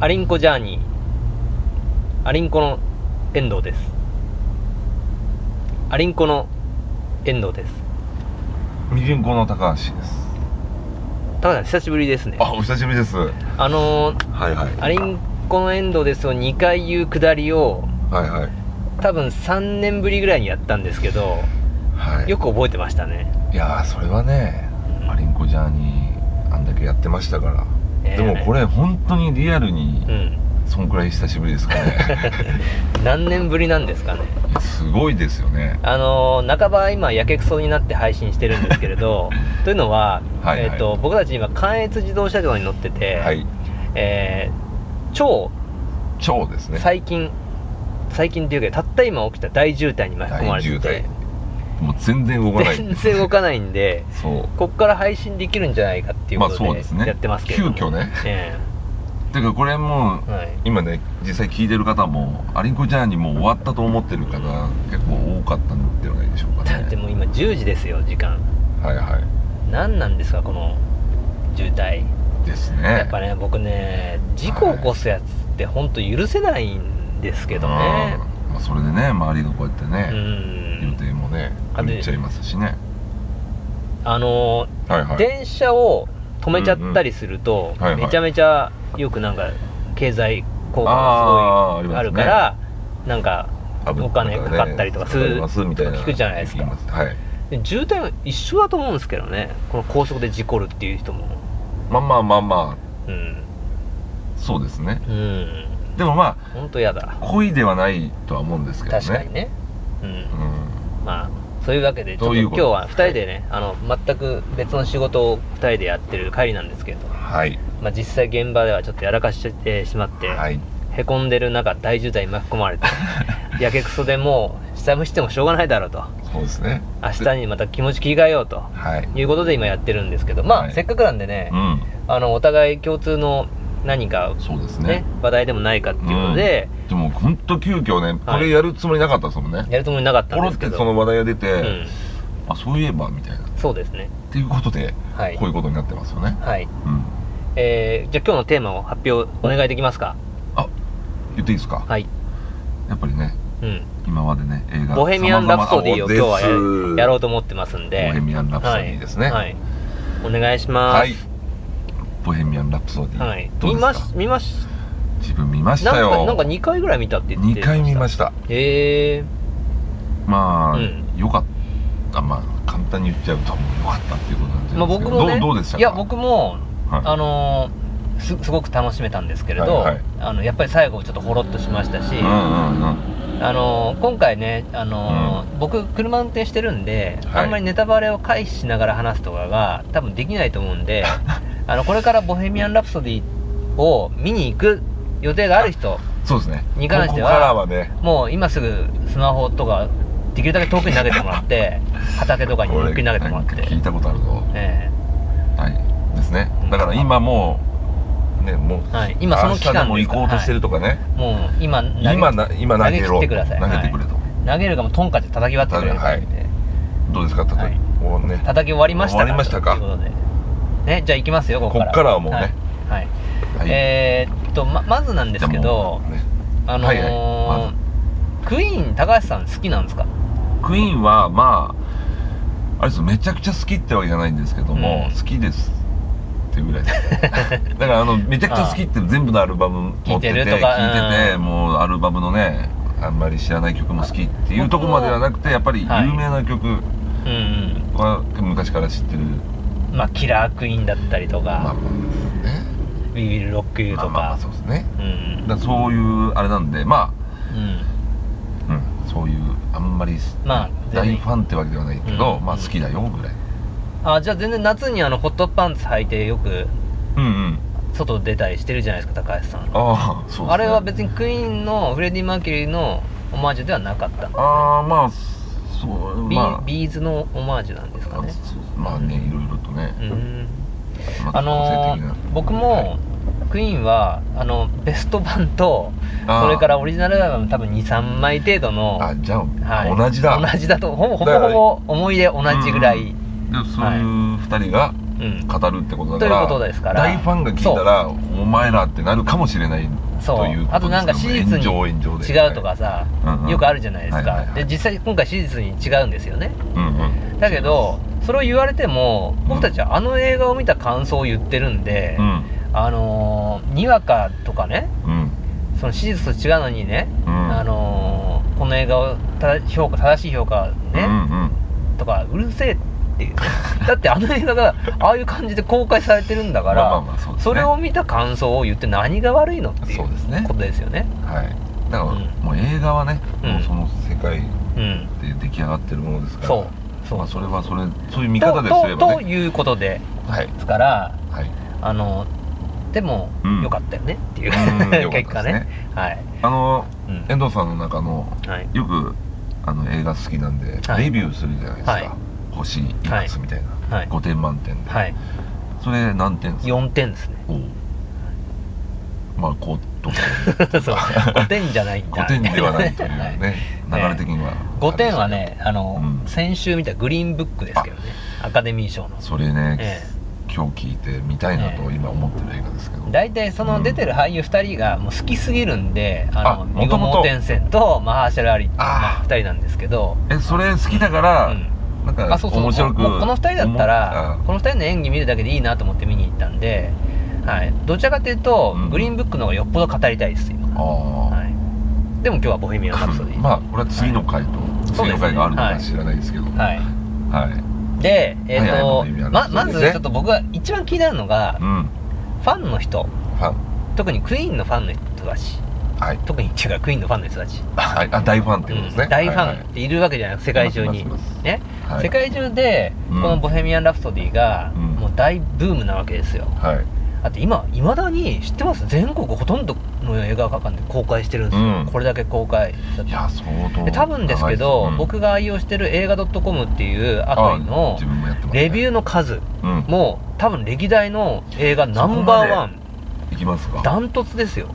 アリンコジャーニー。アリンコの遠藤です。アリンコの遠藤です。ミリンコの高橋です。ただ久しぶりですね。あ、お久しぶりです。はあのー、いはい。アリンコの遠藤ですを2回言うくだりを、はいはい。多分3年ぶりぐらいにやったんですけど、はい。よく覚えてましたね。いやー、それはねう、んアリンコジャーニー、あんだけやってましたから。えーでもこれ、本当にリアルにう、ん。そんくらい久しぶりですか ね。何年ぶりなんですかね。いやすごいですよね。あのー半ば今やけくそになって配信してるんですけれ どというのは、はいはいえー、と僕たち今関越自動車道に乗ってて、はい。えー超超ですね。最近、最近というかたった今起きた大渋滞に巻き込まれて大渋て滞。もう全然動かない。全然動かないんでそう。ここから配信できるんじゃないかっていうことまあそうでですねやってますけども、急遽ねえだからこれもうえ、はい今ね実際聞いてる方もアリンコジャーニーもう終わったと思ってる方結構多かったんではないでしょうかだねってもう今10時ですよ時間はいは何なんですかこの渋滞いですねやっぱね僕ね事故を起こすやつって本当許せないんですけどねうんまあ、それでね周りがこうやってうね、予ん定もねあで狂っちゃいますしねあのはいはい電車を止めちゃったりするとうんはいはいめちゃめちゃよくなんか経済効果があーあすごいりますねあるからなんかあぶお金かかったりとかすかかりるますみたいな聞くじゃないです聞きかますはいで渋滞は一緒だと思うんですけどねこの高速で事故るっていう人もまあまあまあまうんあそうですねうんでもま本当やだあ恋ではないとは思うんですけどね確かにねうんうんまあ、そういうわけで、ちょっどとういう今こ日とは2人でね、あの全く別の仕事を2人でやってる帰りなんですけど、はいまあ、実際現場ではちょっとやらかしてしまって、はいへこんでる中、大渋滞に巻き込 まれて、やけくそでもう、下蒸してもしょうがないだろうと、そうですね明日にまた気持ち切り替えようとはいいうことで今やってるんですけど、まはあ、いせっかくなんでねう、んあのお互い共通の何か、そうですねね、話題でもないかっていうことで、でも本当急遽ねこれやるつもりなかったですもんね、やるつもりなかったポんロですってけど、その話題が出て、うん、あそういえばみたいなっそうですね。ていうことで、はいこういうことになってますよね、はいうんえーじゃあ今日のテーマを発表お願いできますかあ言っていいですか、はい、やっぱりねうん、今までね映画ボヘミアン・ラプソディを今日はややろううと思ってますんでボヘミアンラプソディですねはい、はいお願いしまはいすボヘミアン・ラプソディ、はい、どう見ですかまし見まし自分見ましたなんかよなんか2回ぐらい見たって言って2回見まししたたへえまあ、うんよかったまあ簡単に言っちゃうともうよかったっていうことなんでーまあ、僕もねどうどうでしたかいや僕も、はいあのーすすごく楽しめたんですけれど、はいはいあのやっぱり最後ちょっとほろっとしましたし、うんうんうんあのー今回ね、あのー僕、車運転してるんで、はいあんまりネタバレを回避しながら話すとかが、多分できないと思うん で、あのこれからボヘミアン・ラプソディを見に行く予定がある人、そうですねに関してはここからはねもう今すぐスマホとか、できるだけ遠くに投げてもら って、畑とかにゆっくり投げてもらっこれなんかて聞い、たことあるぞえはいですねだから今もうねもう、はい今その期間明日でも行こうとしてるとかね、えもう今投げ、今な今投げろ投げ切ってください投げてくれと、投げるかもうトンカチで叩き割ってくれるからはいどうですか例えば、はいもうね叩き終わりました終わりましたかということでねじゃあ行きますよここからこっからはもうねはい、はいはいえーっとままずなんですけじゃあどもうねあのーはいはいクイーン高橋さん好きなんですかクイーンはまああれですめちゃくちゃ好きってわけじゃないんですけども、うん好きですっていうぐらいです だからあのめちゃくちゃ好きって全部のアルバム持っ聞てていて聞いてるてとかうんもうアルバムのねあんまり知らない曲も好きっていうとこまではなくてやっぱり有はい名な曲うんは昔から知ってる、うんまあキラークイーンだったりとまあかまあね「ビビルロックユーとまあまあまあかそうですねうんだからそういうあれなんでまうんあ、うん、そういうあんまりまあ全大然ファンってわけではないけど、うんまあ好きだよぐらいあじゃあ全然夏にあのホットパンツ履いてよくうんうん外出たりしてるじゃないですか高橋さんああそうです、ね、あれは別にクイーンのフレディ・マーキュリーのオマージュではなかったああまあそうビまあビーズのオマージュなんですかね。そうまあねいろいろとねう、ん、まあの個性的なー僕はいもクイーンはあのベスト版とあーそれからオリジナルアルバム多分23枚程度の、あじゃあ、はい同じだ同じだとほぼほぼだほからぼ思い出同じぐらい、でそういう二人うがん語るってことだかといら、うことですから大ファンが聞いたらお前らってなるかもしれないそとういうことあとなんか史実に炎上炎上で違うとかさ、うんうんよくあるじゃないですか、はいはいはいで実際今回史実に違うんですよねうんうんだけどそれを言われてもうん僕たちはあの映画を見た感想を言ってるんで、うんあのーにわかとかねうんその史実と違うのにね、うんあのーこの映画を正評価正しい評価ね、うんうんとかうるせえっていう だってあの映画がああいう感じで公開されてるんだから、まあまあまあそうですねれを見た感想を言って何が悪いのっていうそうですねことですよねはいだうから、んもう映画はね、うんもうその世界うんで出来上がってるものですからそうまあ、うそれはそれそういう見方ですれとばととねいうことではいですからはいあのでもうん良かったよねっていう、う 結ん果ね良かったではい、あの、うん遠藤さんの中のはい、よくあの映画好きなんで、はいレビューするじゃないですか、はい星いくつみたいな、はい5点満点で、はい、それ何点ですか4点 ですねおうまあ高 得そう5点じゃないん点だ5点ではないというは ね流はいれ的には、 5点はねあの、うん先週見たグリーンブックですけどねアカデミー賞のそれね、え今日聞いてみたいなとええ今思ってる映画ですけど、大体その出てる俳優2人がもう好きすぎるんであのあミゴ・元々モーテンセンとマハーシャル・アリっていうあー2人なんですけどえそれ好きだから、うんなんかあそうそう面白くもうこの2人だったら思この2人の演技見るだけでいいなと思って見に行ったんで、はい、どちらかというと、うんグリーンブックの方がよっぽど語りたいです今、ああー、はい、でも今日は「ボヘミアン・ラプソディ」まあこれは次の回と、そう次ですねの回があるのはかい知らないですけどは、はいい、で、えーとはいはいボヘミアンまラプソデまィねずちょっと僕が一番気になるのがう、んファンの人ファン特にクイーンのファンの人たちはい特に違うクイーンのファンの人たちはいあ大ファンってことですね、うん大フはいァはンっているわけじゃなく世界中にいますいますね、はい世界中でこうんの「ボヘミアン・ラプソディ」がうんもう大ブームなわけですよい、はいだって今いまだに知ってます全国ほとんどの映画館で公開してるんですよ、うんこれだけ公開さいや相当で多分ですけど、長い僕が愛用してる映画 .com っていうアプリあの自分もやってますねレビューの数うん、うん、も多分歴代の映画ナンバーワンそいきますかダントツですよ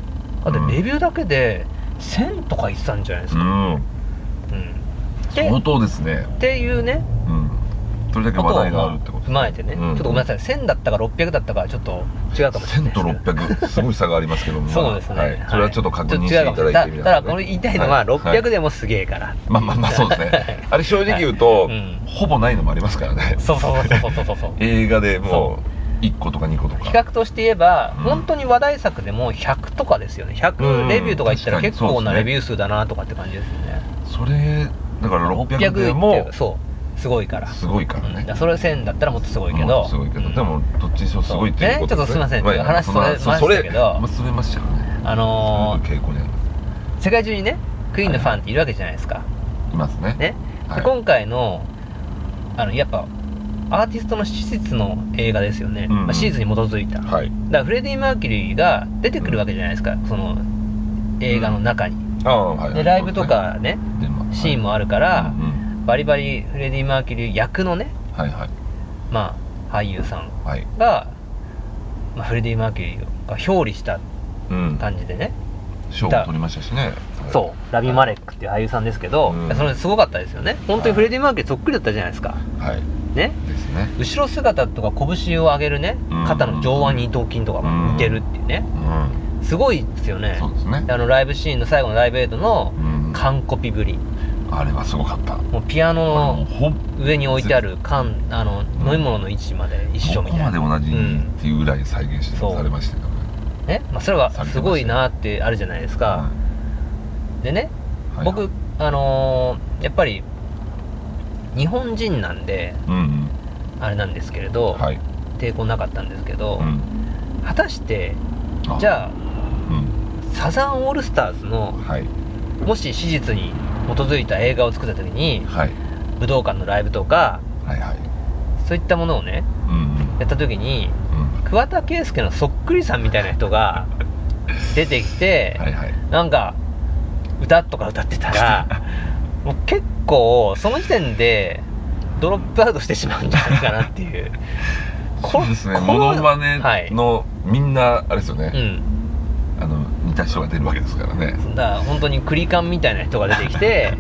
だってうんレビューだけで1000とか言ってたんじゃないですうか、んうんで相当ですねっていうねうんそれだけこと話を題があるってことです踏まえてね、ちょっとごめんなさい1000だったか600だったかちょっと違うかもしれない1000と600すごい差がありますけど もそうですね、はいそれはちょっと確認していただいてみただからこれ言いたいのは600ででもすげえから、まあまあまあそうで すねあれ正直言うと、はいうんほぼないのもありますからねそうそうそうそうそうそう 映画でもう1個とか2個とか比較として言えば、うん本当に話題作でも100とかですよねうん100レビューとか言ったら確かに結構なそうですねレビュー数だなとかって感じですよねそれだから600 600でいってもるそうすごいからすごいからうんだねからそれ1000だったらもっとすごいけもどうすごいけうど、んでもどっちにしろすごいっていうことそうねちょっとすいません話それましたけどまあそれましたよねあのーそういう傾向にあります世界中にねクイーンのファンっているわけじゃないですか、いますねね、はいで今回のあのやっぱアーティストの史実の映画ですよね、うんうんまあ、史実に基づいた、だかはいらフレディ・マーキュリーが出てくるわけじゃないですか、その映画の中に、ああはいでライブとかね、でまあシーンもあるかはらい、うんバリバリフレディ・マーキュリー役のね、うんはいはいまあ、俳優さんはいが、まあ、フレディ・マーキュリーが表裏したうん感じでね、賞を取りましたしねそうラビ・マレックっていう俳優さんですけど、うんそれすごかったですよね本当にフレディ・マーキュリーそっくりだったじゃないですかはいねですね後ろ姿とか拳を上げるねうん肩の上腕二頭筋とかが似てるっていうねうんすごいですよねそうですねあのライブシーンの最後のライブエイドのうん完コピぶりあれはすごかったもうピアもうノほんの上に置いてある缶あのん飲み物の位置まで一緒どみこたいまでな同じにうんっていうぐらい再現してそうされましたよねねまあそれはすごいなってあるじゃないですかでねはい僕あのーやっぱり日本人なんでうんあれなんですけれうどんはい抵抗なかったんですけどうん果たしてじゃあうんサザンオールスターズのはいもし史実に基づいた映画を作った時にはい武道館のライブとかはいはいそういったものをねうんうんやった時にうん桑田佳祐のそっくりさんみたいな人が出てきて、はいはいなんか歌とか歌ってた らもう結構その時点でドロップアウトしてしまうんじゃないかなっていうこそうですねこモノマネはいのみんなあれですようねんあの似た人が出るわけですからねだから本当にクリカンみたいな人が出てき て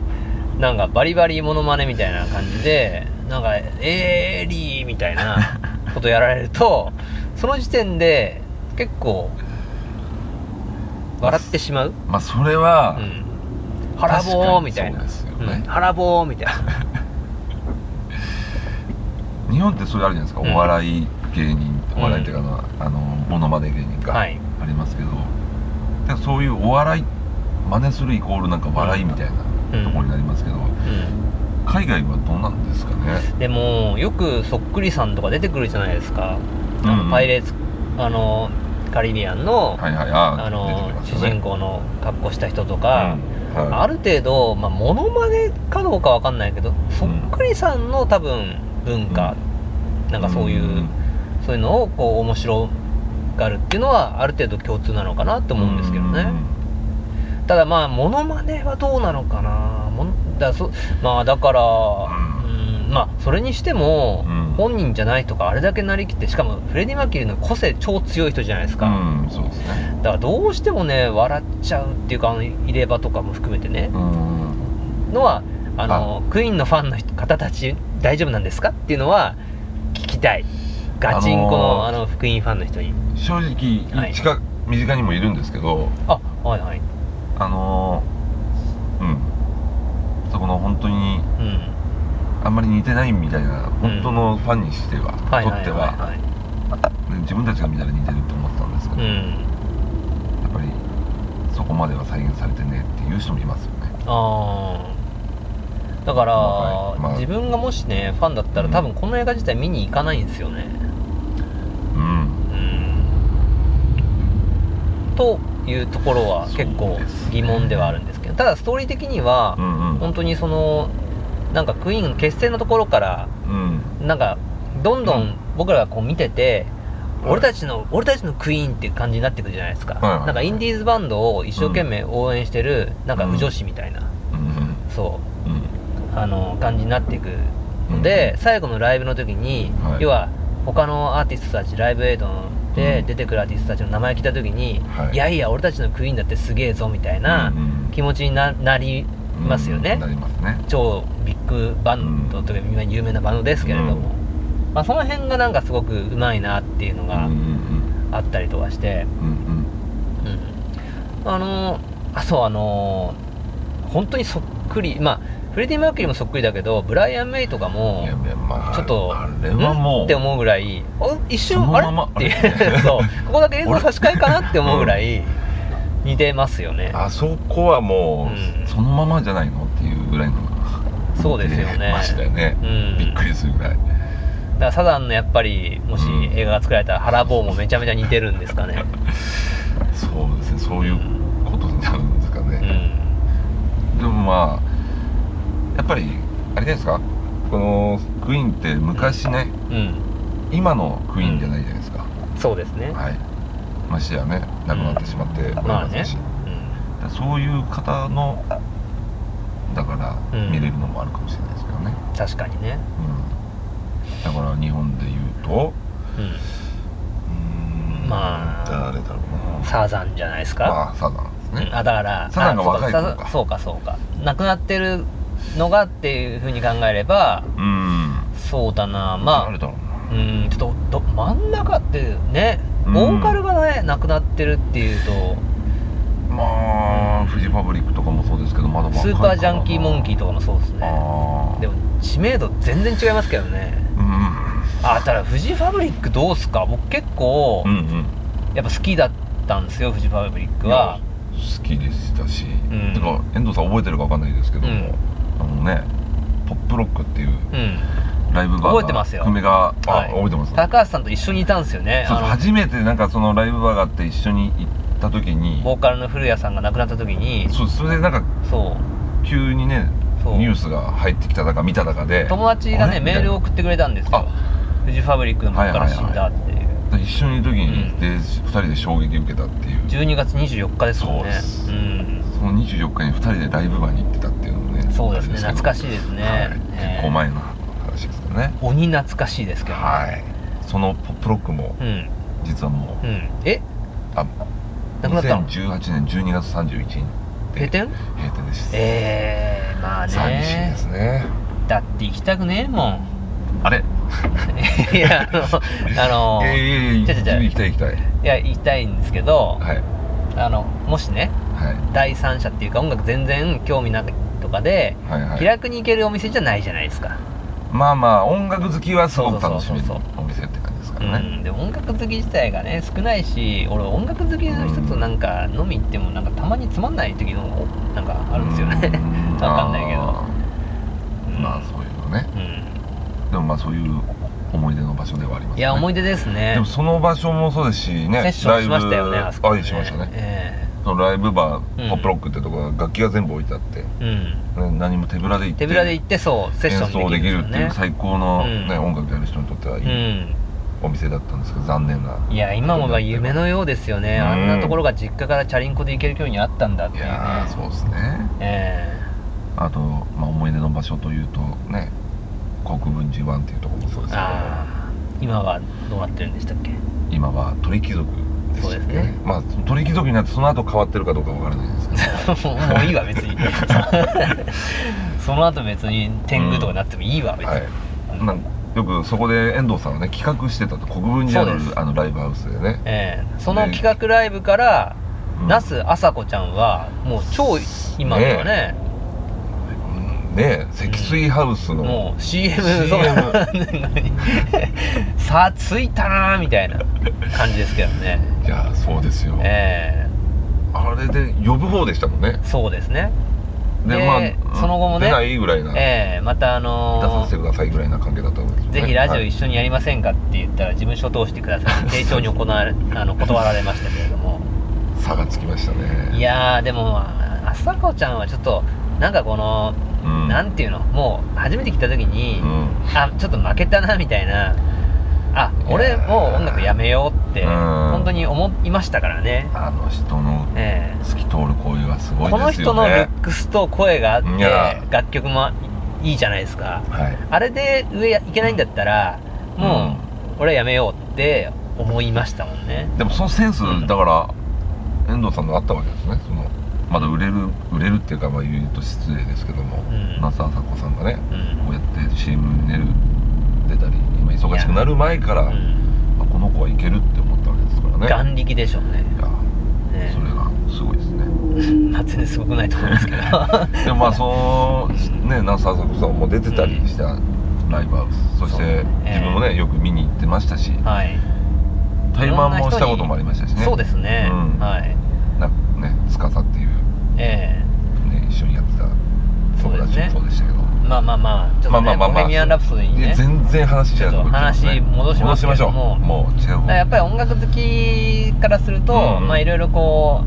なんかバリバリモノマネみたいな感じでなんか「えー、リー」みたいなことやられると その時点で結構笑ってしまう、まあそれうは、ん、腹棒みたい確なかにそうですよねん腹棒みたいな日本ってそれあるじゃないですか、うんお笑い芸人うんお笑いっていうかあの、あのモノマネ芸人か、はいありますけどでそういうお笑い真似するイコールなんか笑いみたいなうんところになりますけど、海外はどうなんですかねうん、でもよくそっくりさんとか出てくるじゃないですか、あのうんうんパイレーツあのカリビアンの、はいはいあーあ出てのきまし主た人ね公の格好した人とか、うんはいある程度、まあ、モノマネかどうかわかんないけどそっくりさんの多分文化、なんかそういう、うんそういうのをこう面白がるっていうのはある程度共通なのかなと思うんですけどね、ただまあモノマネはどうなのかなものだそまあだから、うんまあそれにしても、うん本人じゃない人があれだけなりきってしかもフレディ・マーキュリーの個性超強い人じゃないですうか、ん、うん、そうですねだからどうしてもね笑っちゃうっていうかあの入れ歯とかも含めてねうんのはあのクイーンのファンの人方たち大丈夫なんですかっていうのは聞きたいガチンコの,、あのあの福音ファンの人に正は直い近、身近にもいるんですけどあはいはいあのーうんそこの本当にうんあんまり似てないみたいな本当のファンにしては、はいとはいはいっては,、はい自分たちが見たら似てると思ってたんですけうど、やんっぱりそこまでは再現されてねっていう人もいますよねあーだから、はいまあ自分がもしねファンだったら、うん多分この映画自体見に行かないんですよねううんんというところは結構そうですね疑問ではあるんですけどただストーリー的には、うんうん本当にそのなんかクイーンの結成のところからうんなんかどんどん僕らがこう見てて、はい俺たちの俺たちのクイーンっていう感じになってくるじゃないですか、はいはいはいなんかインディーズバンドを一生懸命応援してる、なんか無女子みたいな、うんそうんうあの感じになっていくので、うん最後のライブの時に、はい要は他のアーティストたちライブエイドでうん出てくるアーティストたちの名前聞いた時に、はいいやいや俺たちのクイーンだってすげえぞみたいなうんうん気持ちにななりうんますよね、なりますね超ビッグバンドとか今有名なバンドですけれども、まあ、その辺がなんかすごくうまいなっていうのがうんうんあったりとかして、うんうんうんあのあそうあの本当にそっくりまあフレディ・マーキュリーもそっくりだけどブライアン・メイとかうんもいやいやまあちょっとあれはもんうって思うぐらいお一瞬そのままあれっあていうれ そうここだけ映像差し替えかなって思うぐらい似てますよねあそこはもう、うんそのままじゃないのっていうぐらいのそうですよねましたよね、うんびっくりするぐらいだからサザンのやっぱりもしうん映画が作られたら腹棒もめちゃめちゃ似てるんですかねそうですねそういうことになるんですかうね、んでもまあやっぱりあれじゃないですかこのクイーンって昔ね、うん今のクイーンじゃないじゃないですか、そうですねはいましてやね亡くなってしまっておりまあまねすし、だからそういう方のだからうん見れるのもあるかもしれないですけどね、うん確かにねうん、だから日本で言うとううーんまあ誰だろうんなサザンじゃないですあかあサザンですね、うんあだからサザンが若い頃かあそうかそうかそうか亡くなってるのがっていうふうに考えればうんそうだなあまれだろうあうんちょっとど真ん中ってねうんボーカルがね亡くなってるっていうとなまあフジファブリックとかもそうですけどまだ若いスーパージャンキーモンキーとかかもそうですなねああでも知名度全然違いますけどねうんあただフジファブリックどうすか僕結構、うんうんやっぱ好きだったんですよフジファブリックは好きでしたし、んてか遠藤さん覚えてるかわかんないですけども、うんあのねポップロックっていううんライブバーが覚えてますよ久米が、あはい覚えてます高橋さんと一緒にいたんですよねそうあの初めてなんかそのライブバーがあって一緒に行った時にボーカルの古谷さんが亡くなった時にそうそれでなんかそ急にねそうニュースが入ってきただか見ただかでう友達がねメールを送ってくれたんですよフジファブリックの僕から死んだっていう、て一緒にいる時に、うんで2人で衝撃受けたっていう12月24日ですもんねそうですんその24日に2人でライブバーに行ってたっていうのもねそうですねあれけど懐かしいですねはいね結構前の話ですよね鬼懐かしいですけど、はいそのポップロックもうん実はもう、うんえあなくなったの2018年12月31日閉店閉店でしたええー、まあね寂しいですね だって行きたくねえもんあれいやあのあのいやいやいちょやちょちょ行きたい行きたいいや言いたいんですけど、はいあのもしねはい第三者っていうか音楽全然興味ないとかで、はいはい気楽に行けるお店じゃないじゃないですか、まあまあ音楽好きはすごく楽しみそうそうそうお店って感じですかうらね、ん、で音楽好き自体がね少ないし俺音楽好きの人となんか飲み行ってもなんかたまにつまんない時の方がなんかあるんですよね わかんないけどあーまあそういうのねうでもまあそういう思い出の場所ではありますんねいや思い出出ですねでもその場所もそうですしねセッションしましたよねライブあそこであしましたねえそのライブバうんーポップロックってとこは楽器が全部置いてあって、えうんね何も手ぶらで行って手ぶらで行ってそうセッシ演ョ奏ンできできるるんっですていようね最高の、ねうん音楽やる人にとってはいういんお店だったんですけど残念ないや今もが夢のようですよね、うんあんなところが実家からチャリンコで行ける距離にあったんだっていいうねやーそうですねえあと、まあ、思い出の場所というとね国分寺湾っていうところもそうえですけどああ今はどうなってるんでしたっ け今は鳥貴族でしたっけそうですねまあ鳥貴族になってその後変わってるかどうかわからないですけもどうもういいわ別に その後別に天狗とかになってもいいわ別に、はいなんかよくそこで遠藤さんはね企画してたと国分寺にそあうでするあのライブハウスでねええその企画ライブから、うん那須あさこちゃんはもう超今ではねうんねえ積水ハウスの、もう CM CM そう さあ着いたなーみたいな感じですけどねいやそうですよ、えあれで呼ぶ方でしたもんねえそうですねででまあその後もね出ないぐらいな、ええまたあ出さのせてくださいぐらいな関係だったんですよ、ね、ぜひラジオはい一緒にやりませんかって言ったら事務所を通してください 丁重に行われあの断られましたけれども差がつきましたねいやーでもまああさこちゃんはちょっとなんかこの、うんなんていうのもう初めて来た時に、うんあちょっと負けたなみたいなあいやー俺もう音楽やめようってうん本当に思いましたからね、あの人のええ透き通る声がすごいこのです人よのルッねクスと声があっていやー楽曲もいいじゃないですかはいあれで上いけないんだったらもう俺はやめようって思いましたもんねでもそのセンスうんだから遠藤さんのあったわけですねそのまだ売れる売れるっていうかまあ言うと失礼ですけども、ん那須朝子さんがねうんこうやって CM に出る出たり今忙しくなる前から、うんあこの子はいけるって思ったわけですからね眼力でしょうねいやねそれがすごいですねまあ全然すごくないと思い ますけどでもまあそうね那須朝子さんも出てたりしたライブハウスそしそうてね自分もねよく見に行ってましたしはい対マンもしたこともありましたしねそうですね、うんはいなんかね司っていうええね、一緒にやってた友達もそそううでしたけど、まあまあまあちょっと、ね、ボヘミアン・ラプソディにいねや全然話違うとちょこ行っっと話戻しますけ戻しましどょうももう違うだからやっぱり音楽好きからすると、うんうんまあいろいろこ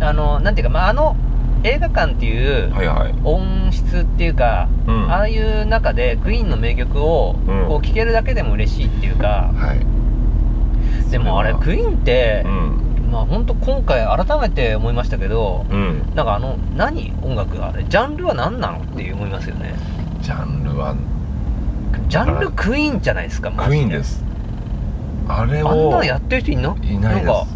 うあのなんていうか、まあ、あの映画館っていうはいはい音質っていうか、うんああいう中でクイーンの名曲をうんこう聴けるだけでも嬉しいっていうか、はいでもあれそクれイーンってう、んまあ本当今回改めて思いましたけど、うんなんかあの何音楽があれジャンルは何なのって思いますよねジャンルはジャンルクイーンじゃないですかマジクイーンですあれあんをなのやってる人いんのいないですんか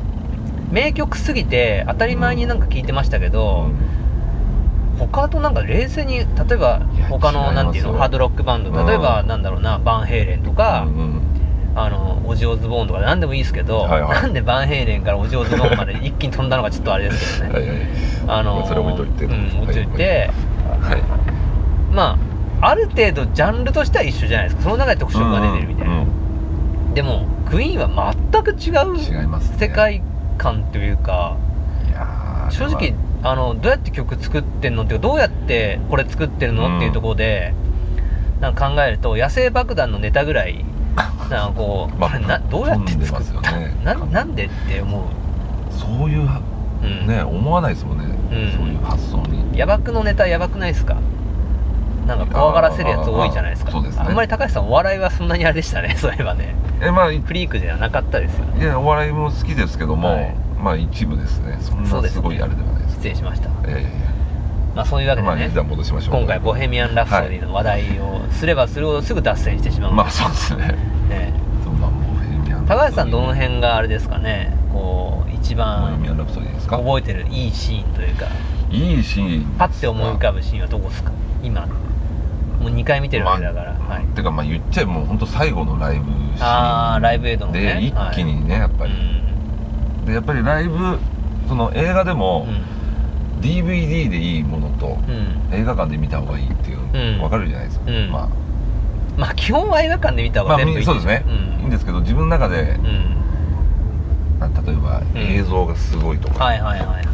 名曲すぎて当たり前になんか聞いてましたけど、他となんか冷静に例えばいや他の違いますよなんていうのハードロックバンドうん例えばなんだろうなバンヘイレンとか、あのオジオズボーンとか何でもいいですけど、はいはいなんでバンヘイレンからオジオズボーンま で一気に飛んだのかちょっとあれですけどね、はいはいあのそれ置いといてうん置いといて、はいまあある程度ジャンルとしては一緒じゃないですかその中で特色が出てるみたいな、うんでもクイーンは全く違うん違ういますね世界観というかいやー正あれ直はあのどうやって曲作ってんのっていうかどうやってこれ作ってるのっていうところで、なんか考えると野生爆弾のネタぐら いなんかこう、まあこれなどうやって飛んで作まっすよた、ねななんでって思そういうはう、うんね思わないですもんねんそういう発想にヤバくのネタやばくないですかなんか怖がらせるやつ多いじゃないですかあーそうですねあんまり高橋さんお笑いはそんなにあれでしたね そういえばねえまあいフリークじゃなかったですよねいやお笑いも好きですけども、はいまあ一部ですねそんそうでなすねすごいあれではないです失礼しましたえまあそういうえわけでまあね一、段戻しましょう今回「ボヘミアン・ラプソディ」の話題をすればするほどすぐ脱線してしまう、まあそうですねねそうまあボヘミアン高橋さんどの辺があれですかねこう一ボヘミアン・番ラプソディですか覚えてるいいシーンというかいいシーンパッて思い浮かぶシーンはどこですか今もう2回見てるわけだから、まあはい、てかまあ言っちゃえばもう本当最後のライブシーンあーライブエイドのねで一気にね、やっぱり、でやっぱりライブその映画でうんもうん DVD でいいものと、うん映画館で見た方がいいっていううんの分かるじゃないですか、うんままあ基本は映画館で見たあ、方まがあ、全部いい、みそうですね、いいんですけど自分の中でう、ん、あ例えばうん映像がすごいとうん、か、はいはいはいはい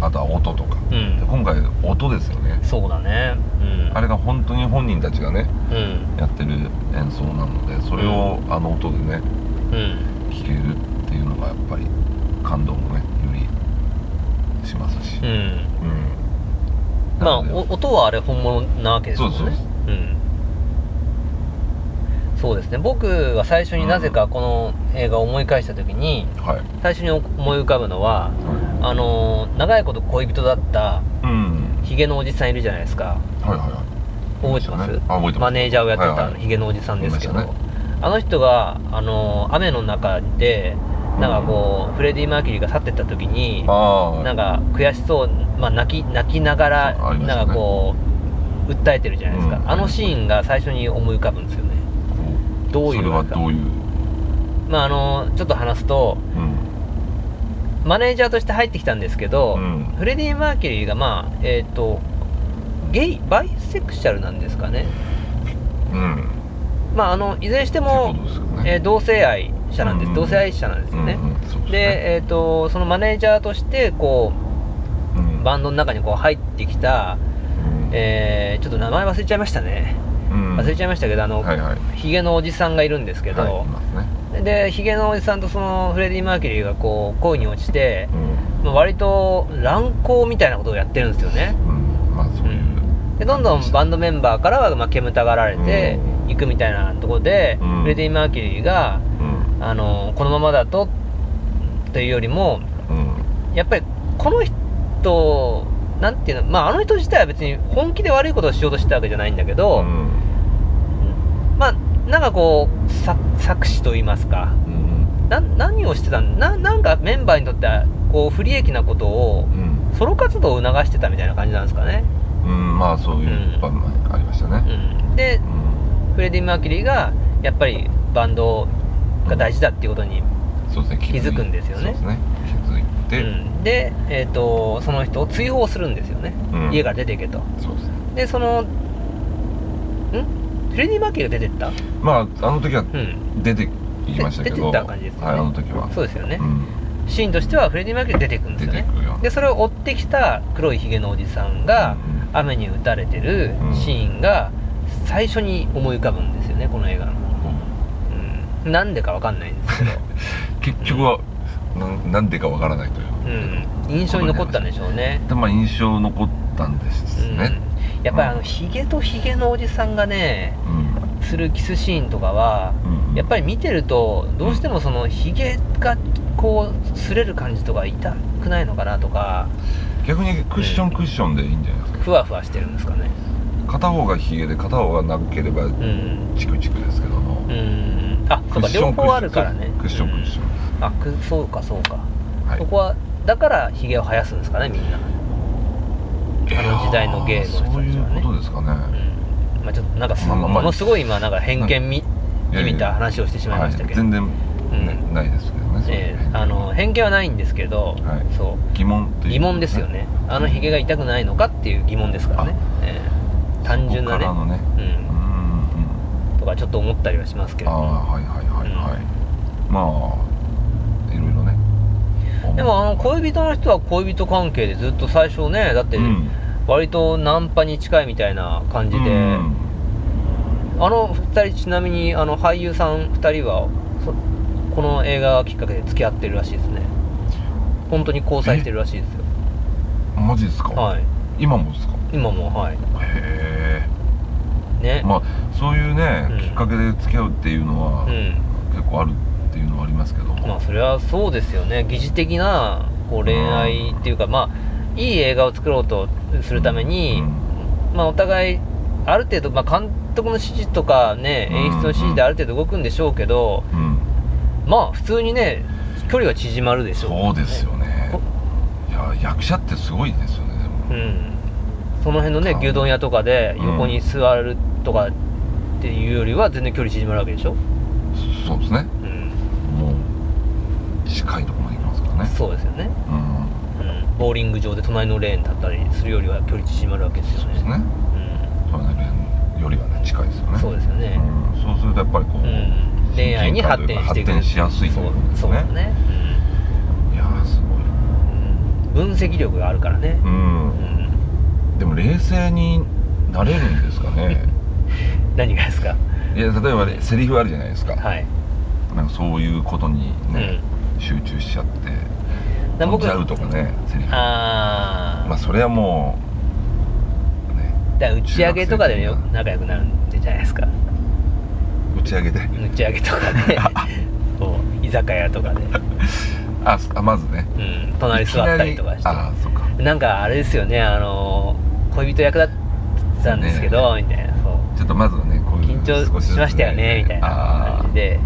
あとは音とか、うんで今回音ですよねそうだねうんあれが本当に本人たちがねうんやってる演奏なのでそれをあの音でねうん聴けるっていうのがやっぱり感動もねよりしますし、うんうんまあなのでお音はあれ本物なわけですもんねそうそうそんそうですね僕は最初になぜかこの映画を思い返した時にはい、最初に思い浮かぶのははあのー長いこと恋人だったい、うんヒゲのおじさんいるじゃないですかはいはいはい覚えてますいましたねあ覚えてますマネージャーをやってはいはたいあのヒゲのおじさんですけど、いましたねあの人が、あのー雨の中でなんかこう、フレディ・マーキュリーが去ってった時にああなんか悔しそう、まあ、泣き泣きながあら、ありましたねなんかこう訴えてるじゃないですか、うんあのシーンが最初に思い浮かぶんですよねどういうそれはどういう、まああのーちょっと話すとうん、マネージャーとして入ってきたんですけど、うんフレディ・マーキュリーがまあえっ、とゲイバイセクシャルなんですかねうんまああのいずれにしてっもてことですよねえー同性愛者なんです、うん同性愛者なんですよね、うんうんそうですねで、えー、とそのマネージャーとしてこうんうバンドの中にこう入ってきた、うんえーちょっと名前忘れちゃいましたね、うん忘れちゃいましたけどあの、はいはいヒゲのおじさんがいるんですけど、はいいますねでヒゲのおじさんとそのフレディ・マーキュリーがこう恋に落ちて、うまあ割と乱交みたいなことをやってるんですよね、ん、うん、まあそういう、でどんどんバンドメンバーからはまあ煙たがられていくみたいなところで、うんフレディ・マーキュリーがうんあのこのままだとというよりもうんやっぱりこの人なんていうのまああの人自体は別に本気で悪いことをしようとしてたわけじゃないんだけど、うんまあなんかこうさ作詞と言いますかうんな何をしてたんななんかメンバーにとってはこう不利益なことをうんソロ活動を促してたみたいな感じなんですかね、うんまあそういう場面がありましたうね、ん、でうんフレディ・マーキュリーがやっぱりバンドが大事だっていうことに、そうですね気づくんですよねそうですね気づいて、うんで、えー、とその人を追放するんですよね、うん家から出ていけとそうですねでそのんフレディ・マーキュリーが出てったまああの時はうん出ていきましたけで出ど、てった感じですよね、はいあの時はそうですよね、うんシーンとしてはフレディ・マーキュリー出てくんですよね出てくよでそれを追ってきた黒いひげのおじさんがうん雨に打たれてるシーンが最初に思い浮かぶんですよねこの映画の、うん、なんでかわかんないんですけ ど、結局は、なん、なんでかわからないという、うん、印象に残ったんでしょうねでまあ印象残ったんですね、うん、やっぱりあのひげとひげのおじさんがねうんするキスシーンとかはうんやっぱり見てるとどうしてもそのひげがこう擦れる感じとか痛くないのかなとか逆にクッションクッションでいいんじゃないですか、ふわふわしてるんですかね片方がヒゲで片方がなければうんチクチクですけども、うんあそうクかッショ両ン方あるからねクッションクッションうんあくそうかそうか、はいそこはだからひげを生やすんですかねみんなあの時代の芸の人たちはねそういうことですかね、うんまあちょっとなんかすごいまあまあものすごい今なんか偏見みいやいやみた話をしてしまいましたけど、はい全然、ねうんないですけどねそういうええねあの偏見はないんですけど、はいそ疑問っうていう疑問ですよねあのひげが痛くないのかっていう疑問ですからね、ええ単純なねそこからのねうんうんうん、とかちょっと思ったりはしますけあどあもはいはいはいはい、まあいろいろねでもあの恋人の人は恋人関係でずっと最初ねだってうん割とナンパに近いみたいな感じで、うんあの2人ちなみにあの俳優さん2人はそこの映画がきっかけで付き合ってるらしいですね本当に交際してるらしいですよマジですか、はい今もですか今もはいへねえまあそういうね、うんきっかけで付き合うっていうのは、うん結構あるっていうのはありますけども、まあそれはそうですよね疑似的なこう恋愛っていうか、まあいい映画を作ろうとするために、まあお互いある程度、まあ、監督の指示とかねうん演出の指示である程度動くんでしょうけど、うんまあ普通にね距離は縮まるでしょそうですよねこいや役者ってすごいですよねでもうんその辺のねか牛丼屋とかでうん横に座るとかっていうよりは全然距離縮まるわけでしょ、そうですねうん、もう近いところまで行きますからねそうですよね、うんうん、ボーリング場で隣のレーン立ったりするよりは距離縮まるわけですよねそうですねそういうのよりはね近いですようん、ねそうですよね、うんそうするとやっぱりこうう、ん、恋愛に発展していく発展しやすいとそいううことですそうねですね、いやーすごいうんうん、分析力があるからねう、うんん、でも冷静になれるんですかね何がですかいや例えばねセリフあるじゃないですか、はいなんかそういうことにね、集中しちゃってだ飛ん僕じゃうとかねセリフああ、まあそれはもうねだから打ち上げとかでよ中学生仲良くなるんじゃないですか打ち上げで打ち上げとか でこう居酒屋とかで、ああまずねうん、隣座ったりとかいきなりあしあそうかてなんかあれですよねあの恋人役だったんですけど、みたいなそうちょっとまずはねこういう緊張しましたよねみたいな感じで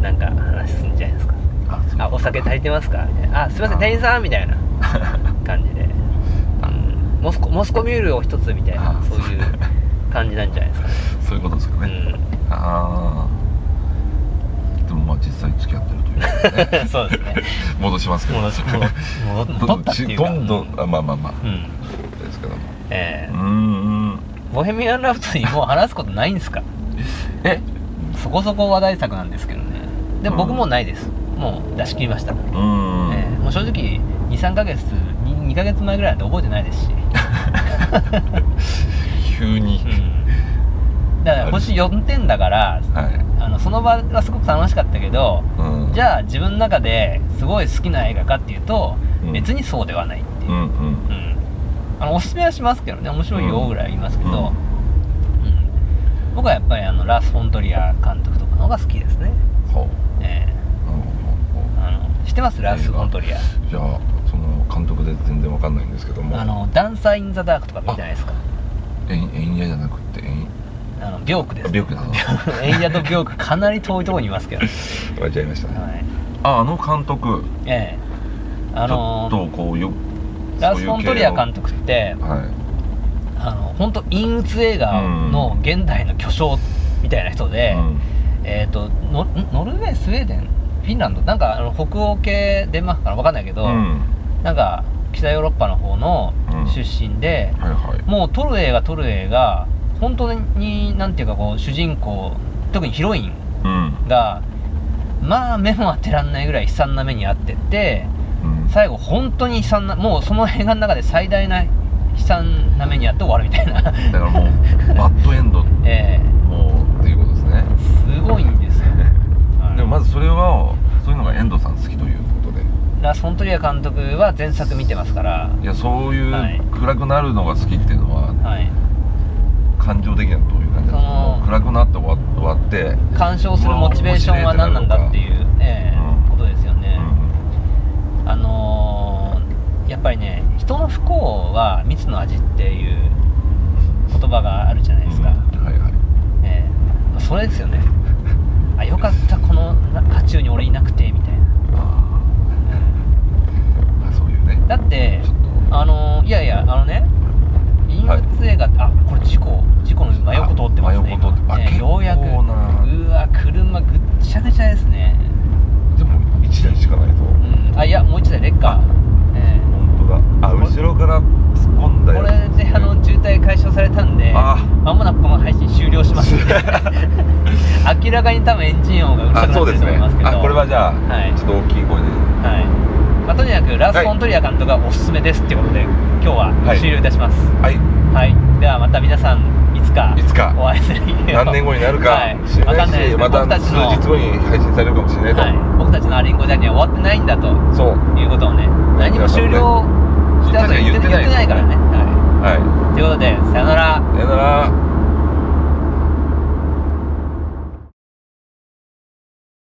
なんか話すんじゃないですかあーあお酒足りてますかみたいなあすいませんあー店員さんみたいなあ感じで、うん、モスコモスコミュールを一つみたいなあーそういう感じなんじゃないですかね、 そうそういうことですかね、ああでもまあ実際付き合ってると いうことでねうんそうですね戻しますけど戻し戻戻戻ったっていうかどんどんあまあまあまあ、うんですけどもえうえんうんボヘミアン・ラプソディもう話すことないんですかえそこそこ話題作なんですけどねでも僕もうないです、もう出し切りました、うん、ええもう正直23ヶ月 2, 2ヶ月前ぐらいなんて覚えてないですし、急に、うん、だから星4点だからはい、あのその場はすごく楽しかったけどうん、じゃあ自分の中ですごい好きな映画かっていうと、うん別にそうではないっていうう、んうんうんあのおすすめはしますけどね面白いよぐらいは言いますけど、うんうん僕はやっぱりあのラス・フォントリア監督とかの方が好きですね、ほうえほうほうえあの知ってますラス・フォントリアほうじゃあその監督で全然わかんないんですけどもあのダンサー・イン・ザ・ダークとか見たじゃないですか演演者じゃなくて演あのビョークです、 ビョークだな演者とビョークかなり遠いところにいますけど、は言われちゃいましたね、い、ああの監督ええあのちょっとこうよラス・フォントリア監督督ってはいあの本当陰鬱映画の現代の巨匠みたいな人で、うんえっ、とノノルウェースウェーデンフィンランドなんかあの北欧系デンマークかな分かんないけど、うんなんか北ヨーロッパの方の出身で、はいはいもう撮る映画撮る映画本当になんていうかこう主人公特にヒロインうんがまあ目も当てらんないぐらい悲惨な目に遭っててうん最後本当に悲惨なもうその映画の中で最大な悲惨な目に遭って終わるみたいなだから もうバッドエンドえもうっていうことですねえすごいんですよ、はいでもまずそれはそういうのが遠藤さん好きということでラス・フォントリア監督は前作見てますからいやそういはいう暗くなるのが好きっていうのははい感情的にはどういう感じなんですかそのもう暗くなって終わ終わって鑑賞するモチベーションは何なんだっていう、ええうこんとですようね、んあのーやっぱりね人の不幸は蜜の味っていう言葉があるじゃないですか、うんはいはいええまあそれですよねあよかったこのな渦中に俺いなくてみたいなあー まあそういうねだってちょっとあのーいやいやあのね陰鬱映画って、あこれ事故事故の真横通ってますねあ真横通って今あね結構ようやくなうわ車ぐっちゃぐちゃですねでも1台しかないとうんあいやもう一台レッカー、え本当だあこれ後ろから突っ込んえだこよれであの渋滞解消されたんであまもなくこの配信終了し ますね明らかに多分エンジン音がうるさあくなそっうてるですと思ねいますけどあこれはじゃあ、はいちょっと大きい声ではいまあ、とにかくラス・フォントリア監督がおすすめですってことで、今日ははい終了いたします、はいはいではまた皆さんいつかいつかお会いする日を何年後になるはかい、知わからなんいし、ないですけどまた僕たち数の、日後に配信されるかもしれないはい、僕たちのアリンコジャーニーは終わってないんだとと、そういうことをね何も終了したとは言って確かに言って言ないってないからね、ははい、いということでさよならさよなら